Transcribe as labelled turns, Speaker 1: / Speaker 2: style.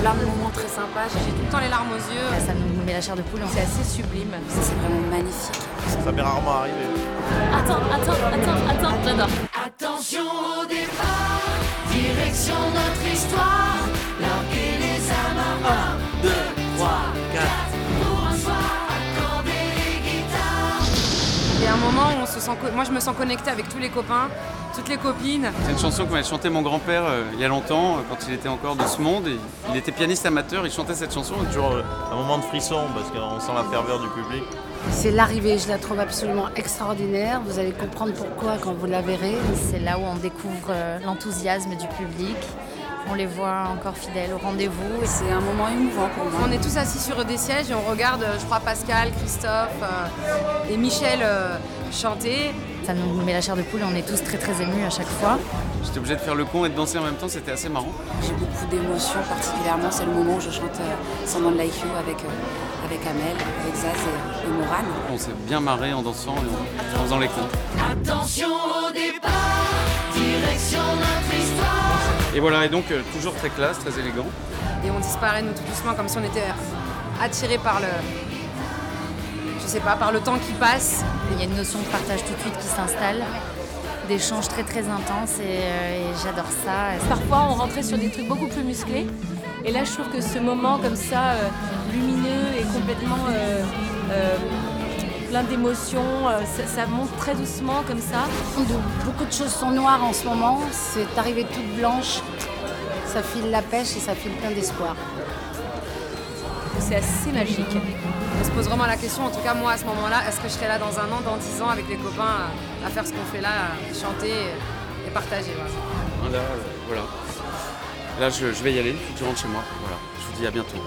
Speaker 1: plein de moments très sympas.
Speaker 2: J'ai tout le temps les larmes aux yeux.
Speaker 3: Là, ça nous met la chair de poule,
Speaker 2: c'est assez sublime.
Speaker 1: C'est vraiment magnifique.
Speaker 4: Ça m'est rarement arrivé.
Speaker 5: Attends, attends, attends, attends, j'adore.
Speaker 6: Attention au départ, direction notre histoire. L'arc et les amarres.
Speaker 4: 2, 3, 4.
Speaker 6: Pour un soir, accorder les guitares.
Speaker 2: Il y a un moment où on se sent, co- moi je me sens connectée avec tous les copains, toutes les copines.
Speaker 7: C'est une chanson que m'avait chanté mon grand-père euh, il y a longtemps, euh, quand il était encore de ce monde. Et il était pianiste amateur, il chantait cette chanson.
Speaker 4: Toujours euh, un moment de frisson parce qu'on sent la ferveur du public.
Speaker 8: C'est l'arrivée, je la trouve absolument extraordinaire. Vous allez comprendre pourquoi quand vous la verrez.
Speaker 3: c'est là où on découvre euh, l'enthousiasme du public. On les voit encore fidèles au rendez-vous.
Speaker 1: C'est un moment émouvant pour moi.
Speaker 2: On est tous assis sur des sièges et on regarde, euh, je crois, Pascal, Christophe euh, et Michel euh, chanter.
Speaker 3: Ça nous met la chair de poule, on est tous très très émus à chaque fois.
Speaker 7: J'étais obligé de faire le con et de danser en même temps, c'était assez marrant.
Speaker 1: J'ai beaucoup d'émotions, particulièrement c'est le moment où je chante euh, Sans nom de Like You avec, euh, avec Amel, avec Zaz et, et Morane.
Speaker 7: On s'est bien marré en dansant et en- en faisant les cons.
Speaker 6: Attention au départ, direction notre histoire.
Speaker 7: Et voilà, et donc euh, toujours très classe, très élégant.
Speaker 2: Et on disparaît nous tout doucement comme si on était attirés par le. Je sais pas, par le temps qui passe.
Speaker 3: Il y a une notion de partage tout de suite qui s'installe, d'échanges très très intenses et, euh, et j'adore ça.
Speaker 5: Parfois, on rentrait sur des trucs beaucoup plus musclés. Et là, je trouve que ce moment comme ça, euh, lumineux et complètement euh, euh, plein d'émotions, euh, ça, ça monte très doucement comme ça.
Speaker 8: Beaucoup de choses sont noires en ce moment. C'est arrivé toute blanche. Ça file la pêche et ça file plein d'espoir.
Speaker 5: C'est assez magique.
Speaker 2: On se pose vraiment la question, en tout cas moi à ce moment-là, est-ce que je serai là dans un an, dans dix ans avec les copains euh, à faire ce qu'on fait là, à chanter et partager. voilà.
Speaker 7: Hein, Là, euh, voilà. Là, je, je vais y aller, il faut que je rentre chez moi. Voilà, je vous dis à bientôt.